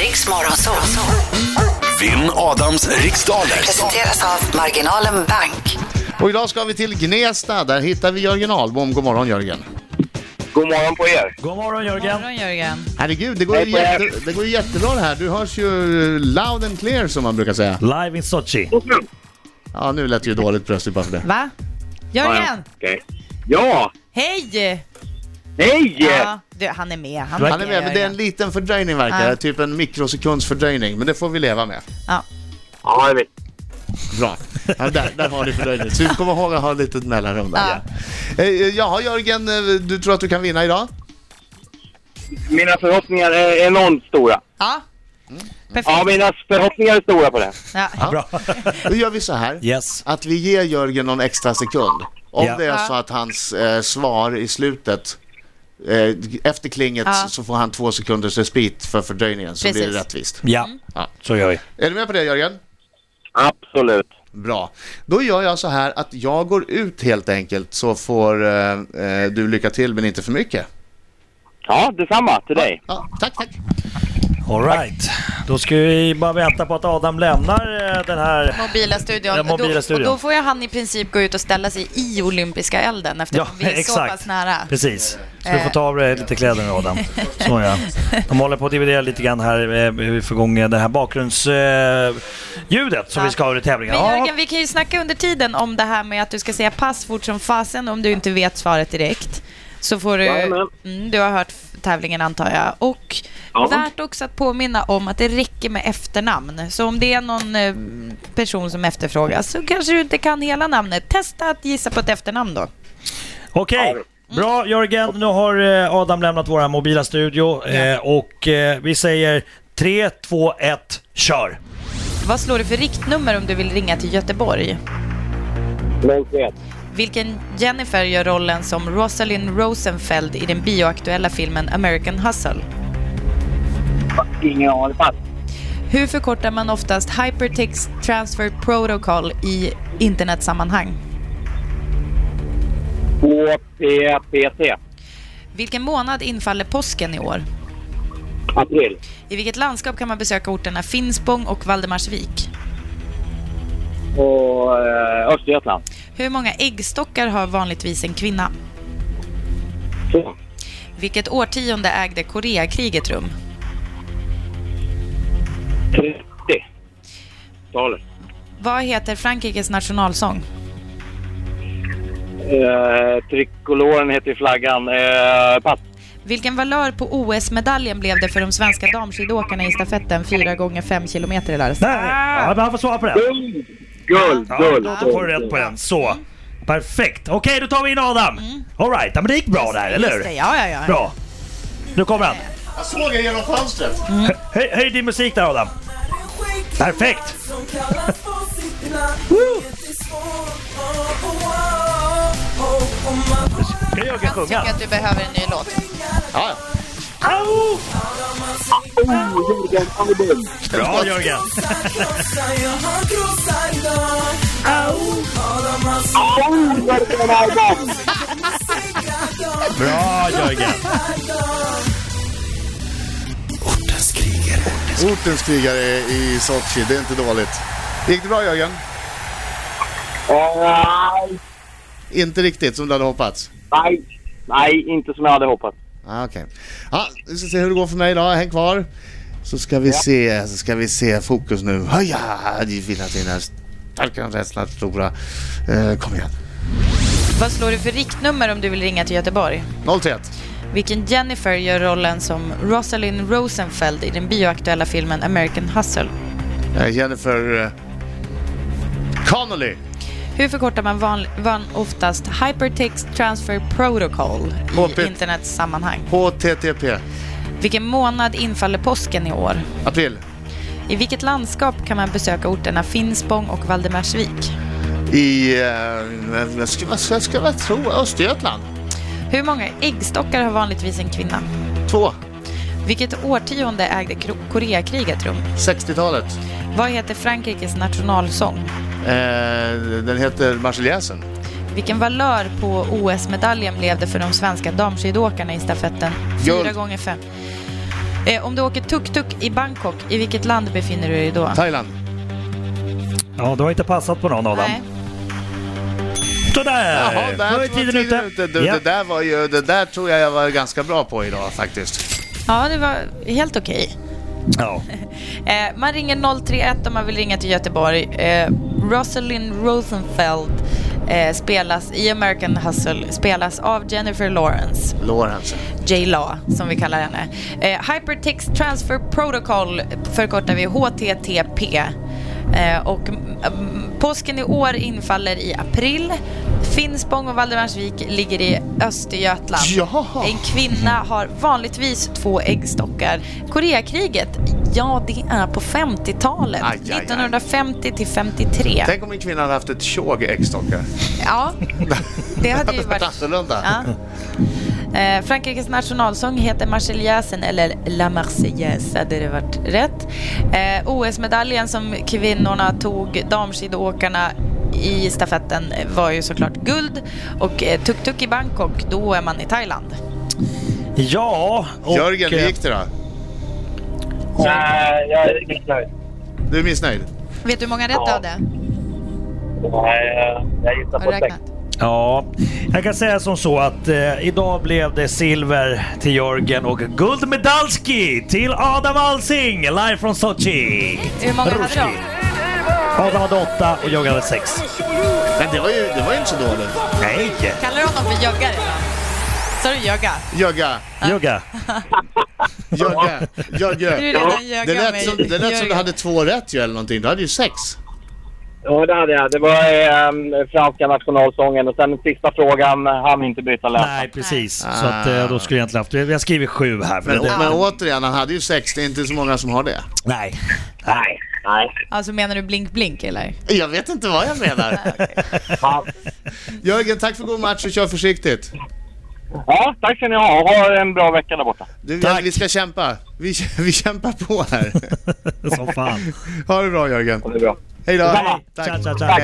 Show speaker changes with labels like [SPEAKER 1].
[SPEAKER 1] Riks Morgonzoo.
[SPEAKER 2] Vinn Adams riksdaler.
[SPEAKER 1] Presenteras av Marginalen Bank.
[SPEAKER 3] Och idag ska vi till Gnesta, där hittar vi Jörgen Ahlbom. God morgon Jörgen.
[SPEAKER 4] God morgon på er.
[SPEAKER 5] God morgon Jörgen!
[SPEAKER 6] morgon Jörgen.
[SPEAKER 3] Herregud, det går, ju
[SPEAKER 4] Hej på er.
[SPEAKER 3] jätte, det går ju jättebra det här. Du hörs ju loud and clear som man brukar säga.
[SPEAKER 5] Live in Sochi.
[SPEAKER 3] Ja, nu lät det ju dåligt plötsligt bara för det.
[SPEAKER 6] Va? Jörgen!
[SPEAKER 4] Okej. Ja!
[SPEAKER 6] Hej!
[SPEAKER 4] Hej!
[SPEAKER 6] Ja, du, han är med. Han,
[SPEAKER 3] Han är med, men det är en
[SPEAKER 6] Jörgen.
[SPEAKER 3] liten fördröjning verkar det.
[SPEAKER 6] Ja.
[SPEAKER 3] Typ en mikrosekunds fördröjning, men det får vi leva med.
[SPEAKER 6] ja.
[SPEAKER 4] Ja, jag vet.
[SPEAKER 3] Bra. Ja, där, där har ni fördröjningen. Så vi kommer ihåg att ha ett litet mellanrum där. Ja.
[SPEAKER 6] Ja.
[SPEAKER 3] Jaha Jörgen, eh, du tror att du kan vinna idag?
[SPEAKER 4] Mina förhoppningar är enormt stora.
[SPEAKER 6] ja.
[SPEAKER 4] Ja,
[SPEAKER 6] Perfekt.
[SPEAKER 4] mina förhoppningar är stora på det.
[SPEAKER 6] Ja.
[SPEAKER 5] Bra.
[SPEAKER 3] Då gör vi så här.
[SPEAKER 5] Yes.
[SPEAKER 3] Att vi ger Jörgen någon extra sekund. Om
[SPEAKER 5] Ja.
[SPEAKER 3] det är
[SPEAKER 6] Ja.
[SPEAKER 3] så att hans eh, svar i slutet eh, efter klinget
[SPEAKER 6] Ja.
[SPEAKER 3] så får han två sekunders respit för fördröjningen så blir det
[SPEAKER 6] Precis.
[SPEAKER 3] rättvist.
[SPEAKER 5] Ja, så gör vi.
[SPEAKER 3] Är du med på det Jörgen?
[SPEAKER 4] Absolut.
[SPEAKER 3] Bra. Då gör jag så här att jag går ut helt enkelt så får eh, eh, du lycka till men inte för mycket.
[SPEAKER 4] Ja, detsamma till dig.
[SPEAKER 3] Ja, tack, tack.
[SPEAKER 5] Alright. Då ska vi bara vänta på att Adam lämnar eh, den här...
[SPEAKER 6] Mobila studion.
[SPEAKER 5] Ja, mobila
[SPEAKER 6] då,
[SPEAKER 5] studion.
[SPEAKER 6] Och då får ju han i princip gå ut och ställa sig i olympiska elden eftersom vi är så pass nära.
[SPEAKER 5] Precis. Så du får ta av dig lite kläder nu Adam. Så ja. De håller på att dividera lite grann här eh, hur förgången det här bakgrundsljudet ljudet som
[SPEAKER 6] Ja.
[SPEAKER 5] vi ska ha i tävlingen.
[SPEAKER 6] Men
[SPEAKER 5] Ja.
[SPEAKER 6] Jörgen, vi kan ju snacka under tiden om det här med att du ska säga pass fort som fasen om du inte vet svaret direkt. Så får du...
[SPEAKER 4] Jajamän.
[SPEAKER 6] Mm, du har hört f- tävlingen antar jag. Och
[SPEAKER 4] Ja.
[SPEAKER 6] värt också att påminna om att det räcker med efternamn. Så om det är någon eh, person som efterfrågas så kanske du inte kan hela namnet. Testa att gissa på ett efternamn då.
[SPEAKER 5] Okej. Bra Jörgen, nu har eh, Adam lämnat vår mobila studio eh, och eh, vi säger 3, 2, 1, kör!
[SPEAKER 6] Vad slår du för riktnummer om du vill ringa till Göteborg?
[SPEAKER 4] 01.
[SPEAKER 6] Vilken Jennifer gör rollen som Rosalind Rosenfeld i den bioaktuella filmen American Hustle?
[SPEAKER 4] Ingen aning. Pass.
[SPEAKER 6] Hur förkortar man oftast Hypertext Transfer Protocol i internetsammanhang?
[SPEAKER 4] HPPT.
[SPEAKER 6] Vilken månad infaller påsken i år?
[SPEAKER 4] April.
[SPEAKER 6] I vilket landskap kan man besöka orterna Finspång och Valdemarsvik?
[SPEAKER 4] Och eh, Östergötland.
[SPEAKER 6] Hur många äggstockar har vanligtvis en kvinna?
[SPEAKER 4] Så.
[SPEAKER 6] Vilket årtionde ägde Koreakriget rum?
[SPEAKER 4] 30. Talet.
[SPEAKER 6] Vad heter Frankrikes nationalsång?
[SPEAKER 4] Eh, tricoloren heter flaggan. Eh, pass.
[SPEAKER 6] Vilken valör på OS-medaljen blev det för de svenska damskidåkarna i stafetten 4 gånger 5 kilometer i Larsa?
[SPEAKER 5] Nej, ja, men han får svara på den.
[SPEAKER 4] Guld! Guld!
[SPEAKER 5] Ja,
[SPEAKER 4] Guld!
[SPEAKER 5] då får du rätt på den. Så. Perfekt. Okej, då tar vi in Adam. Alright, ja, men det gick bra där, eller
[SPEAKER 6] Just det,
[SPEAKER 5] hur?
[SPEAKER 6] Ja, ja, ja.
[SPEAKER 5] Bra. Nu kommer han.
[SPEAKER 3] Jag såg er genom fönstret.
[SPEAKER 5] Höj, höj din musik där Adam. Perfekt! Ska Jörgen
[SPEAKER 6] Jag tycker
[SPEAKER 5] sjunga?
[SPEAKER 6] att du behöver en ny låt.
[SPEAKER 3] Ja,
[SPEAKER 5] Au!
[SPEAKER 4] Jörgen Album.
[SPEAKER 5] Bra Jörgen!
[SPEAKER 4] Oh, Jörgen Album!
[SPEAKER 5] Bra Jörgen!
[SPEAKER 2] Ortens krigare.
[SPEAKER 3] ja. Ortens krigare i Sochi, det är inte dåligt. Gick det bra Jörgen?
[SPEAKER 4] Ja,
[SPEAKER 3] Inte riktigt som du hade hoppats.
[SPEAKER 4] Nej, nej, inte som jag hade hoppats.
[SPEAKER 3] Ah, Okej. Ja, vi ska se hur det går för mig idag. Häng kvar. Så ska vi se, så ska vi se. Fokus nu. Höja! Vinna dina starka, rädsla, stora. Eh, kom igen.
[SPEAKER 6] Vad slår du för riktnummer om du vill ringa till Göteborg?
[SPEAKER 3] 0-1.
[SPEAKER 6] Vilken Jennifer gör rollen som Rosalind Rosenfeld i den bioaktuella filmen American Hustle?
[SPEAKER 3] Eh, Jennifer eh, Connolly.
[SPEAKER 6] Hur förkortar man van, van oftast Hypertext Transfer Protocol
[SPEAKER 3] HP.
[SPEAKER 6] i internetsammanhang?
[SPEAKER 3] HTTP.
[SPEAKER 6] Vilken månad infaller påsken i år?
[SPEAKER 3] April.
[SPEAKER 6] I vilket landskap kan man besöka orterna Finspång och Valdemarsvik?
[SPEAKER 3] I... Eh, jag ska, jag ska väl tro Östergötland.
[SPEAKER 6] Hur många äggstockar har vanligtvis en kvinna?
[SPEAKER 3] Två.
[SPEAKER 6] Vilket årtionde ägde Kro- Koreakriget rum?
[SPEAKER 3] 60-talet.
[SPEAKER 6] Vad heter Frankrikes nationalsång?
[SPEAKER 3] Eh, den heter Marseljäsen.
[SPEAKER 6] Vilken valör på OS-medaljen blev det för de svenska damskidåkarna i stafetten 4
[SPEAKER 3] Guld.
[SPEAKER 6] gånger 5 Eh, om du åker tuk-tuk i Bangkok, i vilket land befinner du dig då?
[SPEAKER 3] Thailand.
[SPEAKER 5] Ja, du har inte passat på någon Adam.
[SPEAKER 6] Nej.
[SPEAKER 5] Sådär!
[SPEAKER 3] Jaha,
[SPEAKER 5] Nu
[SPEAKER 3] där
[SPEAKER 5] är
[SPEAKER 3] var
[SPEAKER 5] tiden ute.
[SPEAKER 3] Du,
[SPEAKER 5] Ja.
[SPEAKER 3] det, där var ju, det där tror jag jag var ganska bra på idag faktiskt.
[SPEAKER 6] Ja, det var helt okej.
[SPEAKER 5] Ja.
[SPEAKER 6] Eh, man ringer 031 om man vill ringa till Göteborg. Eh, Rosalind Rosenfeld eh, spelas i American Hustle, spelas av Jennifer Lawrence.
[SPEAKER 3] Lawrence.
[SPEAKER 6] J-LA som vi kallar henne. Eh, Hypertext Transfer Protocol förkortar vi HTTP. Eh, och mm, påsken i år infaller i april. Finspång och Valdemarsvik ligger i Östergötland.
[SPEAKER 3] Ja.
[SPEAKER 6] En kvinna har vanligtvis två äggstockar. Koreakriget, ja det är på 50-talet.
[SPEAKER 3] Aj, aj, aj.
[SPEAKER 6] 1950 till 53.
[SPEAKER 3] Tänk om min kvinna hade haft ett tjog äggstockar.
[SPEAKER 6] Ja, det hade ju varit...
[SPEAKER 3] annorlunda.
[SPEAKER 6] Ja. Eh, Frankrikes nationalsång heter Marseljäsen eller La Marseillaise, hade det varit rätt. Eh, OS-medaljen som kvinnorna tog, damskidåkarna i stafetten var ju såklart guld och eh, tuk-tuk i Bangkok, då är man i Thailand.
[SPEAKER 5] Ja, och...
[SPEAKER 3] Jörgen, hur
[SPEAKER 5] eh,
[SPEAKER 3] gick det då?
[SPEAKER 4] Nej, jag är missnöjd.
[SPEAKER 3] Du är missnöjd?
[SPEAKER 6] Vet du hur många rätt du
[SPEAKER 4] Ja.
[SPEAKER 6] hade?
[SPEAKER 4] Nej, eh, jag gissar
[SPEAKER 6] Har du
[SPEAKER 4] på sex.
[SPEAKER 6] räknat?
[SPEAKER 5] Ja, jag kan säga som så att eh, idag blev det silver till Jörgen och guld med Dalski till Adam Alsing live från Sochi.
[SPEAKER 6] Hur många hade
[SPEAKER 5] Ruski.
[SPEAKER 6] de?
[SPEAKER 5] Adam hade åtta och Jörgen hade sex.
[SPEAKER 3] Men det var ju, det var ju inte så dåligt.
[SPEAKER 5] Nej!
[SPEAKER 6] Kallar du honom för joggare? Sa du jogga?
[SPEAKER 3] Jögga,
[SPEAKER 5] Jugga.
[SPEAKER 3] jögga,
[SPEAKER 6] Du är
[SPEAKER 3] jögge.
[SPEAKER 6] redan jogga
[SPEAKER 3] Det
[SPEAKER 6] med
[SPEAKER 3] lät, som, det lät som du
[SPEAKER 6] Jörgen.
[SPEAKER 3] hade två rätt ju eller någonting. Du hade ju sex.
[SPEAKER 4] Ja, det hade jag. Det var eh, franska nationalsången och sen den sista frågan eh, hann inte byta län.
[SPEAKER 5] Nej, precis. Så att, eh, då skulle jag egentligen haft... Vi har skrivit sju här. För
[SPEAKER 3] Men,
[SPEAKER 5] det,
[SPEAKER 3] men återigen, han hade ju sex. Det är inte så många som har det.
[SPEAKER 5] nej. Nej.
[SPEAKER 4] Nej.
[SPEAKER 6] Alltså menar du blink blink eller?
[SPEAKER 3] Jag vet inte vad jag menar.
[SPEAKER 4] Ja.
[SPEAKER 3] Jörgen, tack för god match och kör försiktigt.
[SPEAKER 4] ja, tack ska ni ha. Ha en bra vecka där borta.
[SPEAKER 3] Du,
[SPEAKER 5] Tack.
[SPEAKER 3] Vi ska kämpa. Vi, vi kämpar på här.
[SPEAKER 5] Som fan.
[SPEAKER 3] Ha det bra Jörgen.
[SPEAKER 4] Ha det bra.
[SPEAKER 3] Hej då.
[SPEAKER 5] Detsamma.
[SPEAKER 3] Tack.
[SPEAKER 5] Tja, tja, tja.
[SPEAKER 3] Hej.